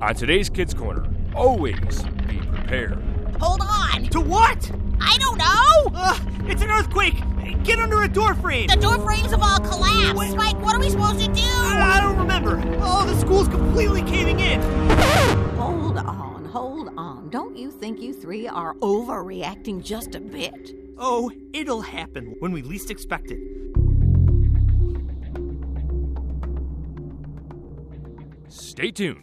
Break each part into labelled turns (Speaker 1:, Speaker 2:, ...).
Speaker 1: On today's Kids Corner, always be prepared.
Speaker 2: Hold on!
Speaker 3: To what? Oh,
Speaker 2: I don't know!
Speaker 3: Ugh, it's an earthquake! Get under a door frame!
Speaker 2: The door frames have all collapsed!
Speaker 3: Wait.
Speaker 2: Spike, what are we supposed to do?
Speaker 3: I I don't remember. Oh, the school's completely caving in.
Speaker 4: Hold on, hold on. Don't you think you three are overreacting just a bit?
Speaker 3: Oh, it'll happen when we least expect it.
Speaker 1: Stay tuned.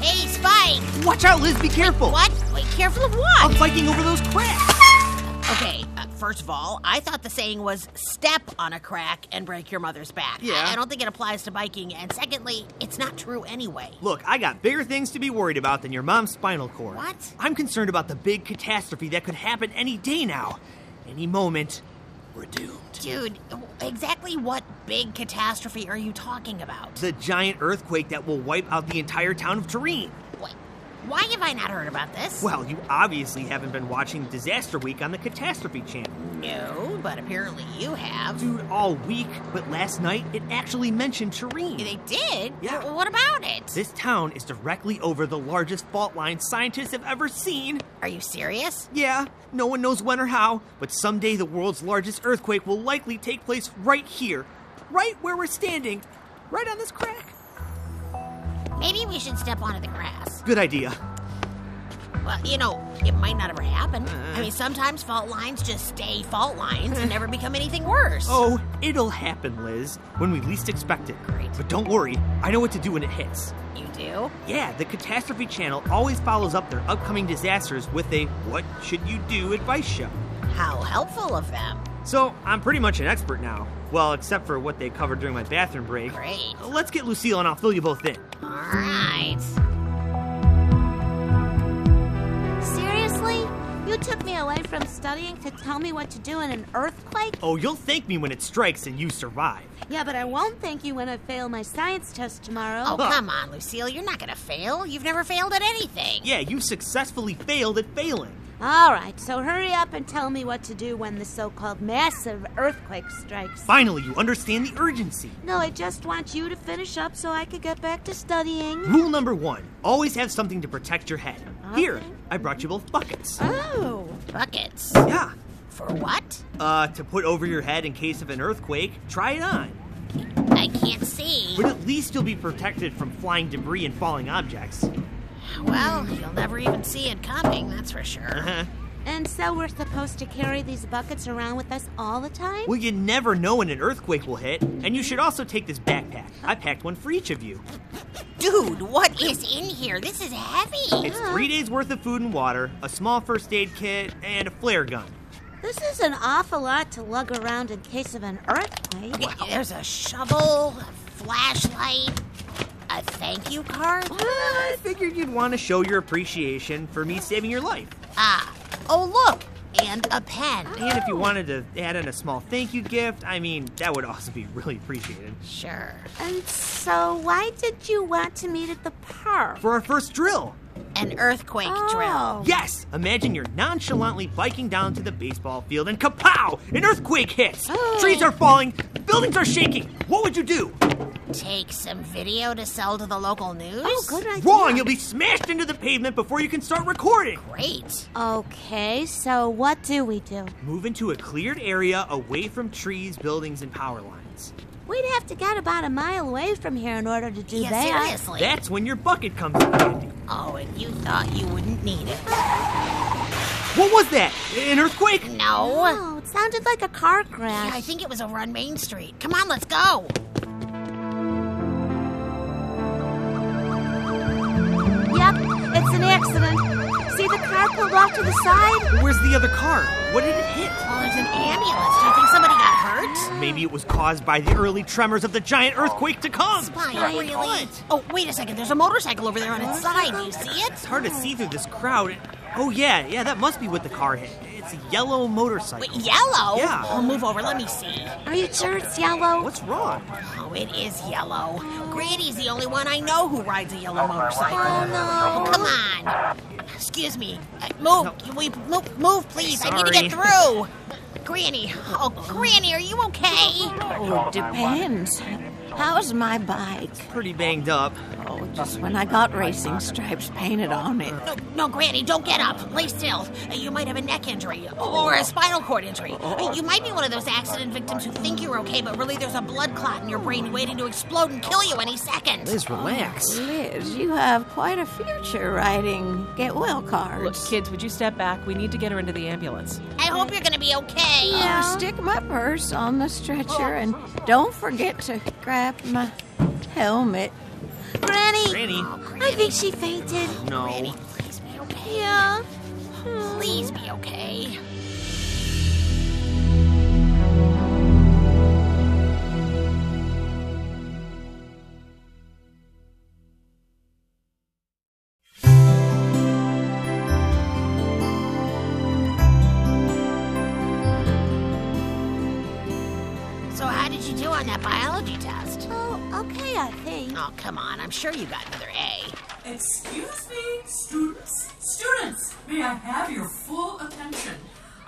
Speaker 2: Hey, Spike!
Speaker 3: Watch out, Liz. Be careful.
Speaker 2: What? Wait, careful of
Speaker 3: I'm
Speaker 2: what?
Speaker 3: biking over those cracks.
Speaker 2: Okay, uh, first of all, I thought the saying was step on a crack and break your mother's back.
Speaker 3: Yeah.
Speaker 2: I, I don't think it applies to biking. And secondly, it's not true anyway.
Speaker 3: Look, I got bigger things to be worried about than your mom's spinal cord.
Speaker 2: What?
Speaker 3: I'm concerned about the big catastrophe that could happen any day now. Any moment, we're doomed.
Speaker 2: Dude, exactly what big catastrophe are you talking about?
Speaker 3: The giant earthquake that will wipe out the entire town of Turin.
Speaker 2: Wait, why have I not heard about this?
Speaker 3: Well, you obviously haven't been watching Disaster Week on the Catastrophe Channel.
Speaker 2: no, but apparently you have.
Speaker 3: Dude, all week, but last night it actually mentioned Turin.
Speaker 2: They did?
Speaker 3: Yeah.
Speaker 2: W- What about it?
Speaker 3: This town is directly over the largest fault line scientists have ever seen.
Speaker 2: Are you serious?
Speaker 3: Yeah, no one knows when or how, but someday the world's largest earthquake will likely take place right here, right where we're standing, right on this crack.
Speaker 2: Maybe we should step onto the grass.
Speaker 3: Good idea.
Speaker 2: Well, you know, it might not ever happen.
Speaker 3: Uh.
Speaker 2: I mean, sometimes fault lines just stay fault lines and never become anything worse.
Speaker 3: Oh, it'll happen, Liz, when we least expect it.
Speaker 2: Great.
Speaker 3: But don't worry, I know what to do when it hits.
Speaker 2: You do?
Speaker 3: Yeah, the Catastrophe Channel always follows up their upcoming disasters with a What Should You Do advice show.
Speaker 2: How helpful of them.
Speaker 3: So, I'm pretty much an expert now. Well, except for what they covered during my bathroom break.
Speaker 2: Great. All
Speaker 3: Let's get Lucille and I'll fill you both in.
Speaker 2: right.
Speaker 5: Seriously? You took me away from studying to tell me what to do in an earthquake?
Speaker 3: Oh, you'll thank me when it strikes and you survive.
Speaker 5: Yeah, but I won't thank you when I fail my science test tomorrow.
Speaker 2: Oh, come on, Lucille. You're not going to fail. You've never failed at anything.
Speaker 3: Yeah, you successfully failed at failing.
Speaker 5: All right, so hurry up and tell me what to do when the so called massive earthquake strikes.
Speaker 3: Finally, you understand the urgency.
Speaker 5: No, I just want you to finish up so I could get back to studying.
Speaker 3: Rule number one always have something to protect your head. Here,
Speaker 5: Okay.
Speaker 3: I brought you both buckets.
Speaker 5: Oh.
Speaker 2: Buckets.
Speaker 3: Yeah.
Speaker 2: For what?
Speaker 3: Uh, to put over your head in case of an earthquake, try it on.
Speaker 2: I can't see.
Speaker 3: But at least you'll be protected from flying debris and falling objects.
Speaker 2: Well, you'll never even see it coming, that's for sure.
Speaker 3: Uh-huh.
Speaker 5: And so we're supposed to carry these buckets around with us all the time?
Speaker 3: Well, you never know when an earthquake will hit, and you should also take this backpack. I packed one for each of you.
Speaker 2: Dude, what is in here? This is heavy.
Speaker 3: It's three days worth of food and water, a small first aid kit, and a flare gun.
Speaker 5: This is an awful lot to lug around in case of an earthquake.
Speaker 2: There's a shovel, a flashlight, a thank you card.
Speaker 3: I figured you'd want to show your appreciation for me saving your life.
Speaker 2: Ah, oh, look, and a pen.
Speaker 5: Oh.
Speaker 3: And if you wanted to add in a small thank you gift, I mean, that would also be really appreciated.
Speaker 2: Sure.
Speaker 5: And so, why did you want to meet at the park?
Speaker 3: For our first drill!
Speaker 2: An earthquake
Speaker 5: Oh.
Speaker 2: drill.
Speaker 3: Yes! Imagine you're nonchalantly biking down to the baseball field and kapow! An earthquake hits! Trees are falling, buildings are shaking! What would you do?
Speaker 2: Take some video to sell to the local news.
Speaker 5: Oh, good idea.
Speaker 3: Wrong! You'll be smashed into the pavement before you can start recording!
Speaker 2: Great.
Speaker 5: Okay, so what do we do?
Speaker 3: Move into a cleared area away from trees, buildings, and power lines.
Speaker 5: We'd have to get about a mile away from here in order to do
Speaker 2: Yeah,
Speaker 5: that.
Speaker 2: seriously.
Speaker 3: That's when your bucket comes in handy.
Speaker 2: Oh, and you thought you wouldn't need it.
Speaker 3: What was that? An earthquake?
Speaker 2: No.
Speaker 5: Oh, it sounded like a car
Speaker 2: Yeah, I
Speaker 5: crash.
Speaker 2: think it was over on Main Street. Come on, let's go.
Speaker 5: Yep, it's an accident. See the car pulled off to the side?
Speaker 3: Where's the other car? What did it hit?
Speaker 2: Well, there's an ambulance. Do you think somebody got hurt?
Speaker 3: Maybe it was caused by the early tremors of the giant earthquake to come.
Speaker 2: Fine, really? Oh, wait a second. There's a motorcycle over there on its side. Do you see it?
Speaker 3: It's hard to see through this crowd. Oh, yeah, yeah, that must be what the car hit. It's a yellow motorcycle.
Speaker 2: Wait, yellow?
Speaker 3: Yeah.
Speaker 2: Oh, move over. Let me see.
Speaker 5: Are you sure it's yellow?
Speaker 3: What's wrong?
Speaker 2: Oh, it is yellow. Granny's the only one I know who rides a yellow motorcycle.
Speaker 5: Oh
Speaker 2: Come on. Excuse me. Uh, move. Can we move, move please? I need to get
Speaker 3: Sorry.
Speaker 2: through. Granny. Oh, Granny, are you okay?
Speaker 4: Oh, depends. How's my bike?
Speaker 3: Pretty banged up.
Speaker 4: Oh, just when I got racing stripes painted on it.
Speaker 2: No, no, Granny, don't get up. Lay still. Uh, You might have a neck injury or a spinal cord injury. Uh, You might be one of those accident victims who think you're okay, but really there's a blood clot in your brain waiting to explode and kill you any second.
Speaker 3: Liz, relax.
Speaker 4: Liz, you have quite a future riding get well
Speaker 6: Look,
Speaker 4: cards.
Speaker 6: kids, would you step back? We need to get her into the ambulance.
Speaker 2: I hope you're going to be okay.
Speaker 4: Now stick my purse on the stretcher
Speaker 3: Oh.
Speaker 4: and don't forget to grab my helmet.
Speaker 5: Granny!
Speaker 3: Granny.
Speaker 5: I think she fainted.
Speaker 3: No.
Speaker 2: Please be okay.
Speaker 5: Yeah.
Speaker 2: Please be okay. So how did you do on that biology test?
Speaker 5: Oh, okay, I think.
Speaker 2: Oh, come on. I'm sure you got another A.
Speaker 7: Excuse me, students. Students, may I have your full attention?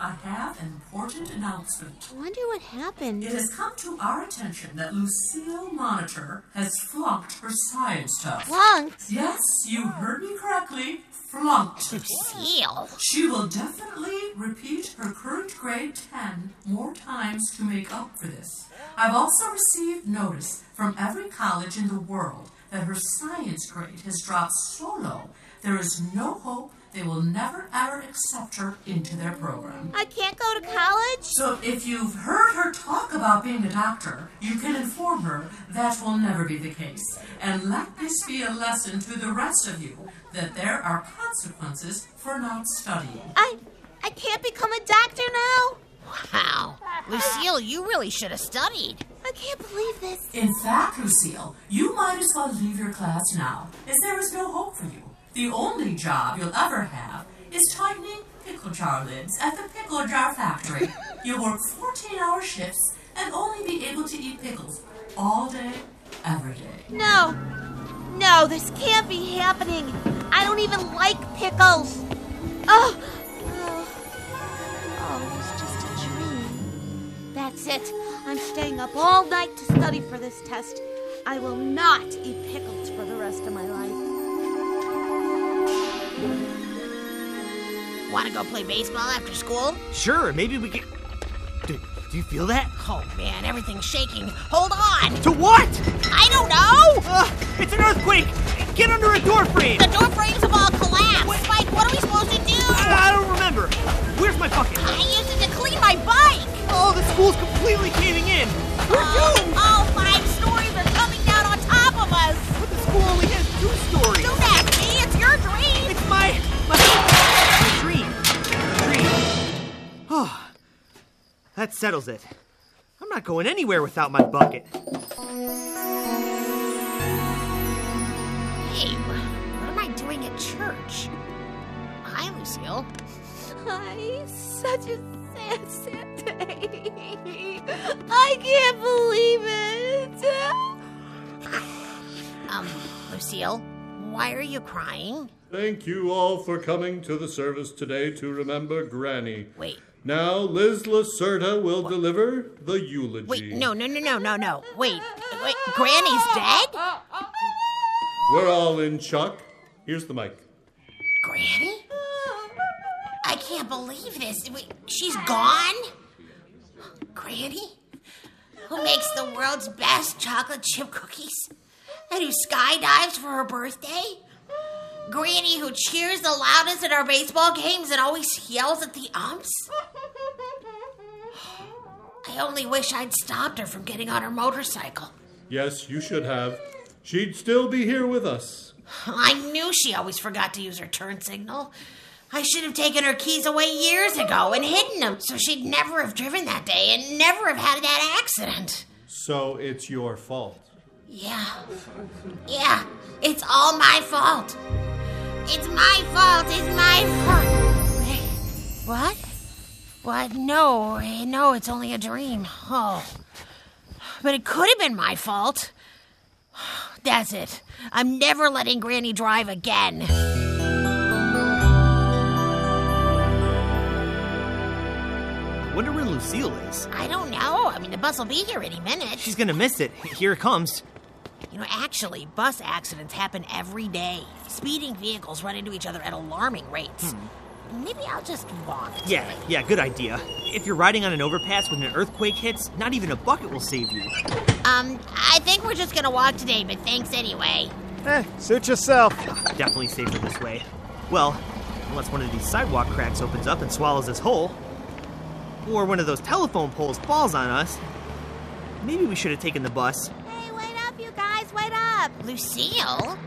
Speaker 7: I have an important announcement.
Speaker 5: I wonder what
Speaker 7: It
Speaker 5: happened.
Speaker 7: has come to our attention that Lucille Monitor has flunked her science test.
Speaker 5: Flunked?
Speaker 7: Yes, you heard me correctly. Flunked.
Speaker 2: Seal.
Speaker 7: She will definitely repeat her current grade 10 more times to make up for this. I've also received notice from every college in the world that her science grade has dropped so low, there is no hope they will never ever accept her into their program.
Speaker 5: I can't go to college?
Speaker 7: So if you've heard her talk about being a doctor, you can inform her that will never be the case. And let this be a lesson to the rest of you that there are consequences for not studying.
Speaker 5: I I can't become a doctor now?
Speaker 2: Wow. Lucille, you really should have studied.
Speaker 5: I can't believe this.
Speaker 7: In fact, Lucille, you might as well leave your class now, as there is no hope for you. The only job you'll ever have is tightening pickle jar lids at the pickle jar factory. You'll work 14 hour shifts and only be able to eat pickles all day, every day.
Speaker 5: No. No, this can't be happening. I don't even like pickles. Oh. Oh, oh it's just a dream. That's it. I'm staying up all night to study for this test. I will not eat pickles for the rest of my life.
Speaker 2: Want to go play baseball after school?
Speaker 3: Sure, maybe we can. Do, do you feel that?
Speaker 2: Oh man, everything's shaking. Hold on.
Speaker 3: To what?
Speaker 2: I don't know.
Speaker 3: Ugh, it's an earthquake! Get under a door frame!
Speaker 2: The door frames have all collapsed. Spike, what are we supposed to do?
Speaker 3: Ah, I don't remember. Where's my bucket?
Speaker 2: I used it to clean my bike.
Speaker 3: Oh, the school's completely caving in. We're
Speaker 2: Oh,
Speaker 3: doomed!
Speaker 2: all five stories are coming down on top of us.
Speaker 3: But the school only has two stories.
Speaker 2: Do that, me. It's your dream.
Speaker 3: It's my my, my dream. Dream. Oh, that settles it. I'm not going anywhere without my bucket.
Speaker 2: Hey, what am I doing at church? Hi, Lucille.
Speaker 5: Hi, such a sad, sad day. I can't believe it.
Speaker 2: Um, Lucille, why are you crying?
Speaker 8: Thank you all for coming to the service today to remember Granny.
Speaker 2: Wait,
Speaker 8: Now, Liz Lacerda will deliver the eulogy.
Speaker 2: wait, no, no, no, no, no, no. Wait, wait. Granny's dead.
Speaker 8: We're all in shock. Here's the mic.
Speaker 2: Granny? I can't believe this. Wait, she's gone? Granny? Who makes the world's best chocolate chip cookies? And who skydives for her birthday? Granny, who cheers the loudest at our baseball games and always yells at the umps? I only wish I'd stopped her from getting on her motorcycle.
Speaker 8: Yes, you should have. She'd still be here with us.
Speaker 2: I knew she always forgot to use her turn signal. I should have taken her keys away years ago and hidden them so she'd never have driven that day and never have had that accident.
Speaker 8: So it's your fault.
Speaker 2: Yeah. Yeah. It's all my fault. It's my fault. It's my fault. What? What? No. eh, No, it's only a dream. Oh. But it could have been my fault. That's it. I'm never letting Granny drive again.
Speaker 3: I wonder where Lucille is.
Speaker 2: I don't know. I mean, the bus will be here any minute.
Speaker 3: She's gonna miss it. Here it comes.
Speaker 2: You know, actually, bus accidents happen every day. Speeding vehicles run into each other at alarming rates. Maybe I'll just walk.
Speaker 3: Hmm. Yeah, yeah, good idea. If you're riding on an overpass when an earthquake hits, not even a bucket will save you.
Speaker 2: Um, I think we're just gonna walk today, but thanks anyway.
Speaker 3: Eh, suit yourself. Definitely safer this way. Well, unless one of these sidewalk cracks opens up and swallows us whole, or one of those telephone poles falls on us. Maybe we should have taken the bus.
Speaker 5: Hey, wait up, you guys, wait up.
Speaker 2: Lucille?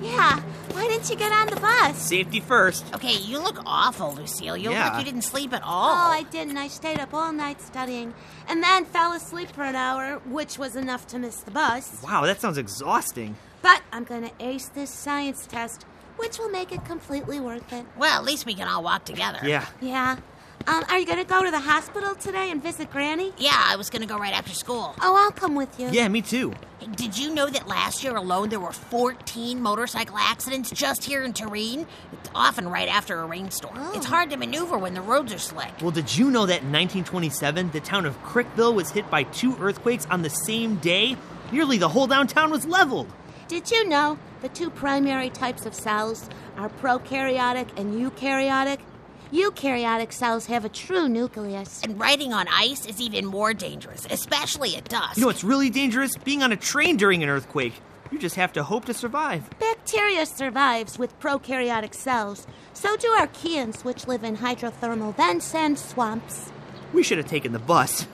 Speaker 5: yeah, why didn't you get on the bus?
Speaker 3: Safety first.
Speaker 2: Okay, you look awful, Lucille. You look
Speaker 3: Yeah.
Speaker 2: like you didn't sleep at
Speaker 5: Oh,
Speaker 2: all.
Speaker 5: I didn't. I stayed up all night studying and then fell asleep for an hour, which was enough to miss the bus.
Speaker 3: Wow, that sounds exhausting.
Speaker 5: But I'm gonna ace this science test, which will make it completely worth it.
Speaker 2: Well, at least we can all walk together.
Speaker 3: Yeah.
Speaker 5: Yeah. Um, are you gonna go to the hospital today and visit Granny?
Speaker 2: Yeah, I was gonna go right after school.
Speaker 5: Oh, I'll come with you.
Speaker 3: Yeah, me too.
Speaker 2: Did you know that last year alone there were 14 motorcycle accidents just here in Turin? It's often right after a rainstorm.
Speaker 3: Oh.
Speaker 2: It's hard to maneuver when the roads are slick.
Speaker 3: Well, did you know that in 1927, the town of Crickville was hit by two earthquakes on the same day? Nearly the whole downtown was leveled.
Speaker 5: Did you know the two primary types of cells are prokaryotic and eukaryotic? Eukaryotic cells have a true nucleus.
Speaker 2: And riding on ice is even more dangerous, especially at dusk.
Speaker 3: You know, it's really dangerous being on a train during an earthquake. You just have to hope to survive.
Speaker 5: Bacteria survives with prokaryotic cells. So do archaeans, which live in hydrothermal vents and swamps.
Speaker 3: We should have taken the bus.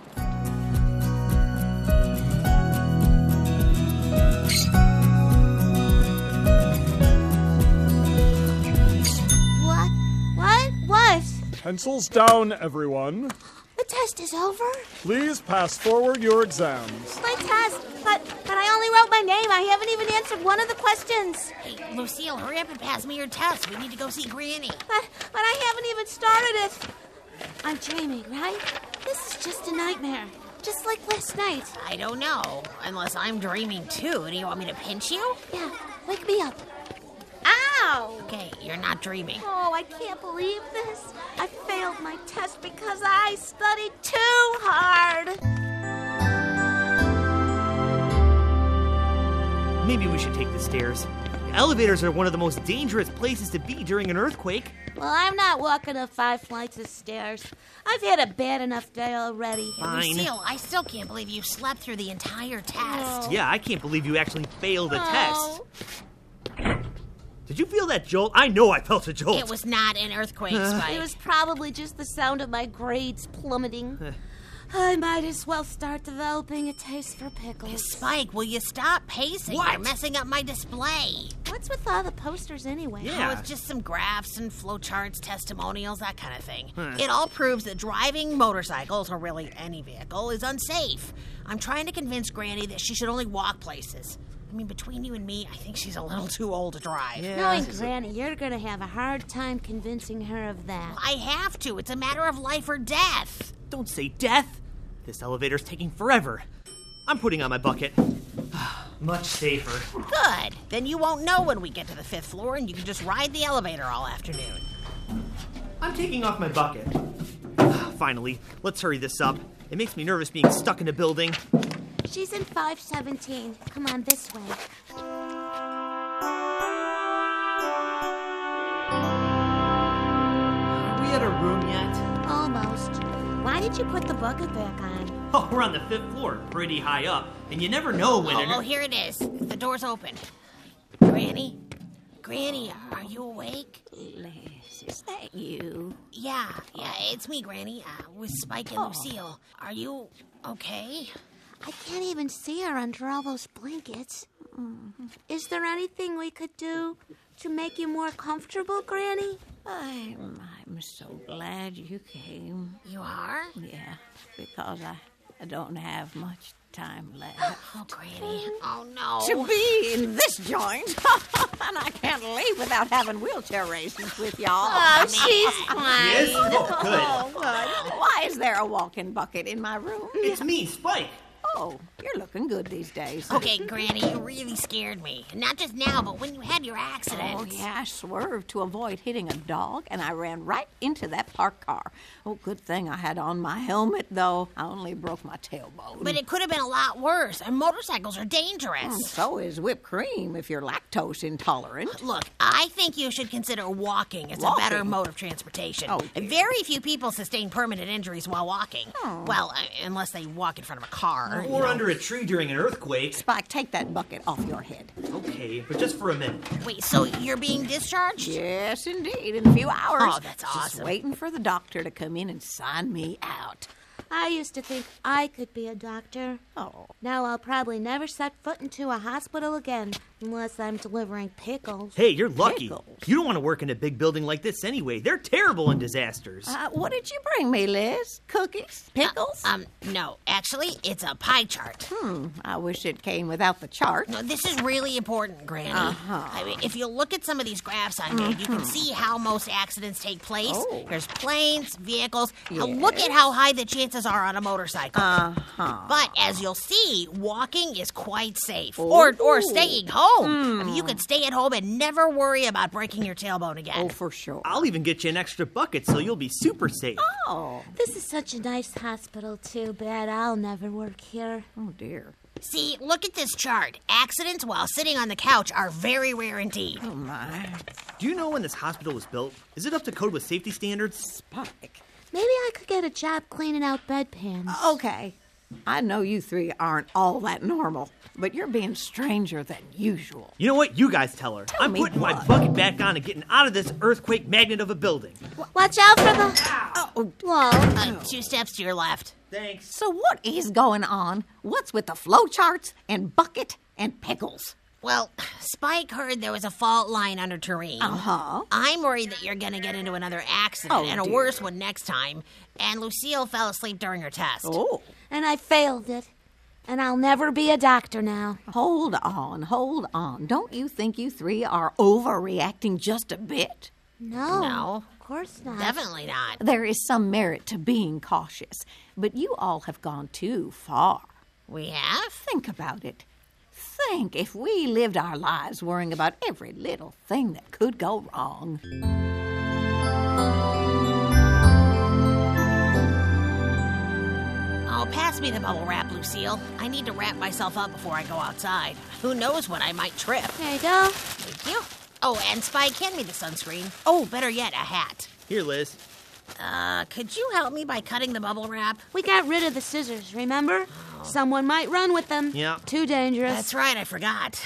Speaker 5: What? What? What?
Speaker 9: Pencils down, everyone.
Speaker 5: The test is over?
Speaker 9: Please pass forward your exams.
Speaker 5: My test, but but I only wrote my name. I haven't even answered one of the questions.
Speaker 2: Hey, Lucille, hurry up and pass me your test. We need to go see Granny.
Speaker 5: But but I haven't even started it. I'm dreaming, right? This is just a nightmare. Just like last night.
Speaker 2: I don't know, unless I'm dreaming too. Do you want me to pinch you?
Speaker 5: Yeah, wake me up. Ow!
Speaker 2: Okay, you're not dreaming.
Speaker 5: Oh, I can't believe this. I failed my test because I studied too hard.
Speaker 3: Maybe we should take the stairs. Elevators are one of the most dangerous places to be during an earthquake.
Speaker 5: Well, I'm not walking up five flights of stairs. I've had a bad enough day already.
Speaker 3: Fine.
Speaker 2: Lucille, I still can't believe you slept through the entire test.
Speaker 3: Yeah, I can't believe you actually failed a
Speaker 2: Oh.
Speaker 3: test. Did you feel that jolt? I know I felt a jolt.
Speaker 2: It was not an earthquake,
Speaker 3: Uh.
Speaker 2: Spike.
Speaker 5: It was probably just the sound of my grades plummeting. I might as well start developing a taste for pickles.
Speaker 2: Spike, will you stop pacing? You're
Speaker 5: What?
Speaker 2: messing up my display.
Speaker 5: What's with all the posters anyway?
Speaker 2: Oh, it's just some graphs and flowcharts, testimonials, that kind of thing.
Speaker 5: Huh.
Speaker 2: It all proves that driving motorcycles, or really any vehicle, is unsafe. I'm trying to convince Granny that she should only walk places. I mean, between you and me, I think she's a little too old to drive.
Speaker 5: Knowing Granny, you're gonna have a hard time convincing her of that.
Speaker 2: I have to. It's a matter of life or death.
Speaker 3: Don't say death. This elevator's taking forever. I'm putting on my bucket. Much safer.
Speaker 2: Good. Then you won't know when we get to the fifth floor, and you can just ride the elevator all afternoon.
Speaker 3: I'm taking off my bucket. Finally, let's hurry this up. It makes me nervous being stuck in a building.
Speaker 5: She's in 517. Come on, this way.
Speaker 3: Are we at a room yet?
Speaker 5: Almost. Why did you put the bucket back on?
Speaker 3: Oh, we're on the fifth floor, pretty high up, and you never know when. an-
Speaker 2: Oh, oh, here it is. The door's open. Granny? Granny, are you awake?
Speaker 4: Liz, is that you? Oh.
Speaker 2: Yeah, yeah, it's me, Granny, uh, with Spike and Lucille. Are you okay?
Speaker 5: I can't even see her under all those blankets. Is there anything we could do to make you more comfortable, Granny?
Speaker 4: I'm, I'm so glad you came.
Speaker 2: You are?
Speaker 4: Yeah, because I, I don't have much time left.
Speaker 2: Oh, Granny.
Speaker 4: Mm-hmm.
Speaker 2: Oh, no.
Speaker 4: To be in this joint, and I can't leave without having wheelchair races with y'all.
Speaker 2: Oh, she's fine.
Speaker 3: Yes? Oh, good.
Speaker 4: Oh, good. Why is there a walking bucket in my room?
Speaker 3: It's me, Spike.
Speaker 4: Oh, you're looking good these days.
Speaker 2: Okay, Granny, you really scared me. Not just now, but when you had your accident.
Speaker 4: Oh, yeah, I swerved to avoid hitting a dog, and I ran right into that parked car. Oh, good thing I had on my helmet, though. I only broke my tailbone.
Speaker 2: But it could have been a lot worse. And motorcycles are dangerous.
Speaker 4: And so is whipped cream if you're lactose intolerant.
Speaker 2: Look, I think you should consider walking as a better
Speaker 4: Walking?
Speaker 2: mode of transportation.
Speaker 4: Oh, dear.
Speaker 2: Very few people sustain permanent injuries while walking.
Speaker 4: Oh.
Speaker 2: Well, uh, unless they walk in front of a car. you
Speaker 3: Or
Speaker 2: know.
Speaker 3: under a tree during an earthquake.
Speaker 4: Spike, take that bucket off your head.
Speaker 3: Okay, but just for a minute.
Speaker 2: Wait, so you're being discharged?
Speaker 4: Yes, indeed, in a few hours.
Speaker 2: Oh, that's
Speaker 4: Just
Speaker 2: awesome.
Speaker 4: waiting for the doctor to come in and sign me out.
Speaker 5: I used to think I could be a doctor.
Speaker 4: Oh,
Speaker 5: Now I'll probably never set foot into a hospital again unless I'm delivering pickles.
Speaker 3: Hey, you're lucky.
Speaker 4: Pickles.
Speaker 3: You don't want to work in a big building like this anyway. They're terrible in disasters.
Speaker 4: uh, what did you bring me, Liz? Cookies? Pickles?
Speaker 6: Uh,
Speaker 2: Um, no. Actually, it's a pie chart.
Speaker 4: I wish it came without the chart.
Speaker 2: No, this is really important, Granny.
Speaker 4: Uh-huh.
Speaker 2: I mean, if you look at some of these graphs I made, you can see how most accidents take place.
Speaker 4: Mm-hmm. Oh.
Speaker 2: There's planes, vehicles. Now Look at how high the chances are on a motorcycle.
Speaker 4: Uh-huh.
Speaker 2: But as you'll see, walking is quite
Speaker 4: Oh.
Speaker 2: safe, or or staying home. I mean, you
Speaker 4: Hmm.
Speaker 2: could stay at home and never worry about breaking your tailbone
Speaker 4: Oh,
Speaker 2: again.
Speaker 4: for sure.
Speaker 3: I'll even get you an extra bucket so you'll be super safe.
Speaker 4: Oh,
Speaker 5: This is such a nice hospital, too bad I'll never work here.
Speaker 4: oh dear.
Speaker 2: See, look at this chart. Accidents while sitting on the couch are very rare indeed.
Speaker 4: Oh my,
Speaker 3: Do you know when this hospital was built? Is it up to code with safety standards?
Speaker 4: Spike.
Speaker 5: Maybe I could get a job cleaning out bedpans.
Speaker 4: Okay, I know you three aren't all that normal, but you're being stranger than usual.
Speaker 3: You know what? You guys tell her. I'm
Speaker 4: me
Speaker 3: putting my
Speaker 4: what?
Speaker 3: bucket back on and getting out of this earthquake magnet of a building.
Speaker 5: Watch out for the.
Speaker 4: Oh,
Speaker 5: Whoa.
Speaker 2: Uh, two steps to your left.
Speaker 3: Thanks.
Speaker 4: so what is going on? What's with the flowcharts and bucket and pickles?
Speaker 2: Well, Spike heard there was a fault line under terrain. Uh
Speaker 4: huh.
Speaker 2: I'm worried that you're going to get into another accident
Speaker 4: Uh-huh. Oh,
Speaker 2: and a
Speaker 4: dear.
Speaker 2: worse one next time. And Lucille fell asleep during her test.
Speaker 4: Oh,
Speaker 5: And I failed it. And I'll never be a doctor now.
Speaker 4: hold on, hold on. Don't you think you three are overreacting just a bit?
Speaker 5: No.
Speaker 2: No.
Speaker 5: Of course not.
Speaker 2: Definitely not.
Speaker 4: There is some merit to being cautious, but you all have gone too far.
Speaker 2: We have?
Speaker 4: Think about it. Think if we lived our lives worrying about every little thing that could go wrong.
Speaker 2: Oh, pass me the bubble wrap, Lucille. I need to wrap myself up before I go outside. Who knows when I might trip.
Speaker 5: There you go.
Speaker 2: Thank you. Oh, and Spike, hand me the sunscreen. Oh, better yet, a hat.
Speaker 3: Here, Liz.
Speaker 2: Uh, could you help me by cutting the bubble wrap?
Speaker 5: We got rid of the scissors, remember? Someone might run with them.
Speaker 3: Oh. Yeah.
Speaker 5: Too dangerous.
Speaker 2: That's right, I forgot.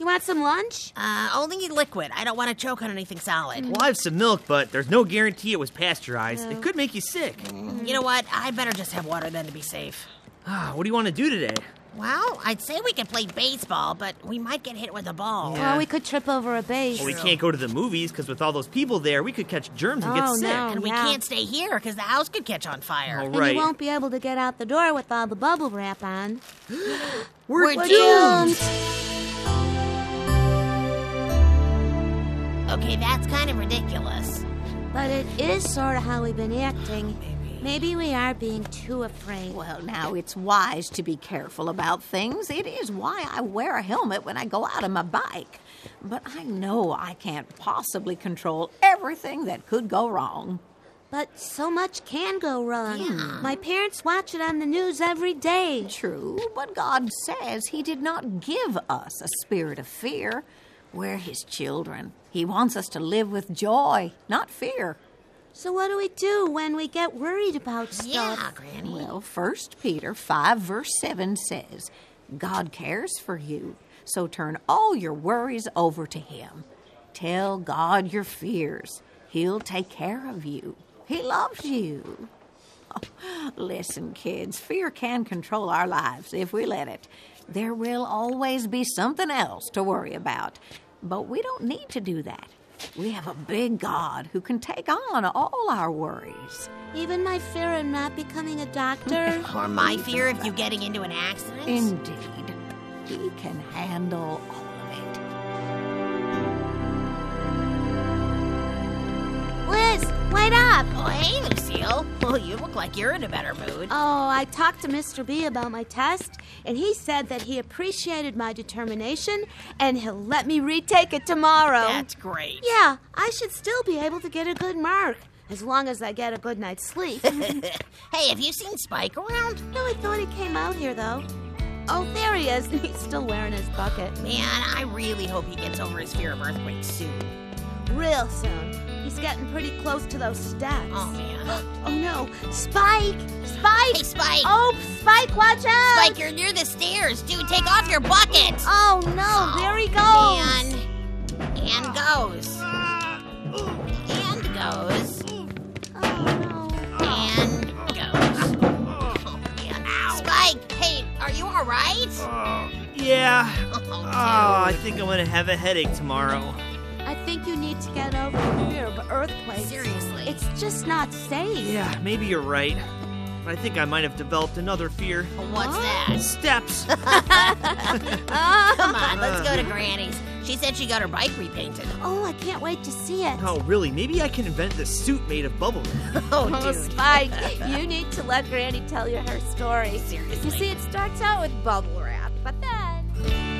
Speaker 5: You want some lunch?
Speaker 2: Uh, only liquid. I don't want to choke on anything solid.
Speaker 3: Well, I have some milk, but there's no guarantee it was pasteurized.
Speaker 4: Oh.
Speaker 3: It could make you sick.
Speaker 2: You know what? I better just have water then to be safe.
Speaker 3: Ah, what do you want to do today?
Speaker 2: Well, I'd say we could play baseball, but we might get hit with a ball.
Speaker 3: Yeah.
Speaker 5: Or we could trip over a base.
Speaker 3: Well, we can't go to the movies because with all those people there, we could catch germs and get
Speaker 5: Oh,
Speaker 3: sick.
Speaker 5: no.
Speaker 2: And we
Speaker 5: Yeah.
Speaker 2: can't stay here because the house could catch on fire.
Speaker 3: All
Speaker 5: and
Speaker 3: right.
Speaker 5: you won't be able to get out the door with all the bubble wrap on.
Speaker 3: We're,
Speaker 2: We're
Speaker 3: doomed.
Speaker 2: Okay, that's kind of ridiculous.
Speaker 5: But it is sort of how we've been acting. Maybe we are being too afraid.
Speaker 4: Well, now it's wise to be careful about things. It is why I wear a helmet when I go out on my bike. But I know I can't possibly control everything that could go wrong.
Speaker 5: But so much can go wrong. My parents watch it on the news every day.
Speaker 4: True, but God says He did not give us a spirit of fear. We're His children. He wants us to live with joy, not fear.
Speaker 5: So what do we do when we get worried about stuff?
Speaker 2: Yeah, Granny.
Speaker 4: Well, First Peter 5, verse 7 says, God cares for you, so turn all your worries over to Him. Tell God your fears, He'll take care of you. He loves you. Listen, kids, fear can control our lives if we let it. There will always be something else to worry about, but we don't need to do that. We have a big God who can take on all our worries.
Speaker 5: Even my fear of not becoming a doctor.
Speaker 2: or my fear of you getting into an accident.
Speaker 4: Indeed. He can handle all of it.
Speaker 5: Liz, wait up!
Speaker 2: Oh, hey, Lucille. Well, you look like you're in a better mood.
Speaker 5: Oh, I talked to Mr. B about my test, and he said that he appreciated my determination and he'll let me retake it tomorrow.
Speaker 2: That's great.
Speaker 5: Oh. Yeah, I should still be able to get a good mark. As long as I get a good night's sleep.
Speaker 2: hey, have you seen Spike around?
Speaker 5: No, I thought he came out here, though. Oh, there he is. He's still wearing his bucket.
Speaker 2: Man, I really hope he gets over his fear of earthquakes soon.
Speaker 5: Real soon. He's getting pretty close to those steps.
Speaker 2: Oh, man.
Speaker 5: Oh no, Spike! Spike!
Speaker 2: Hey, Spike.
Speaker 5: Oh, Spike, watch out!
Speaker 2: Spike, you're near the stairs. Dude, take off your bucket.
Speaker 5: Oh no, there he goes!
Speaker 2: And, and goes. And goes.
Speaker 5: Oh no.
Speaker 2: And goes. Oh, man. Spike, hey, are you all right?
Speaker 3: Yeah.
Speaker 2: Oh,
Speaker 3: Oh,
Speaker 2: dude.
Speaker 3: I think I'm gonna have a headache tomorrow.
Speaker 5: I think you need to get over your fear of earthquakes.
Speaker 2: Seriously.
Speaker 5: It's just not safe.
Speaker 3: Yeah, maybe you're right. I think I might have developed another fear. Oh,
Speaker 2: What's that?
Speaker 3: Steps.
Speaker 2: Come on, let's go to Granny's. She said she got her bike repainted.
Speaker 5: Oh, I can't wait to see it.
Speaker 3: oh, really? Maybe I can invent this suit made of bubble wrap.
Speaker 5: Oh, Spike, you need to let Granny tell you her story.
Speaker 2: Seriously.
Speaker 5: You see, it starts out with bubble wrap, but then.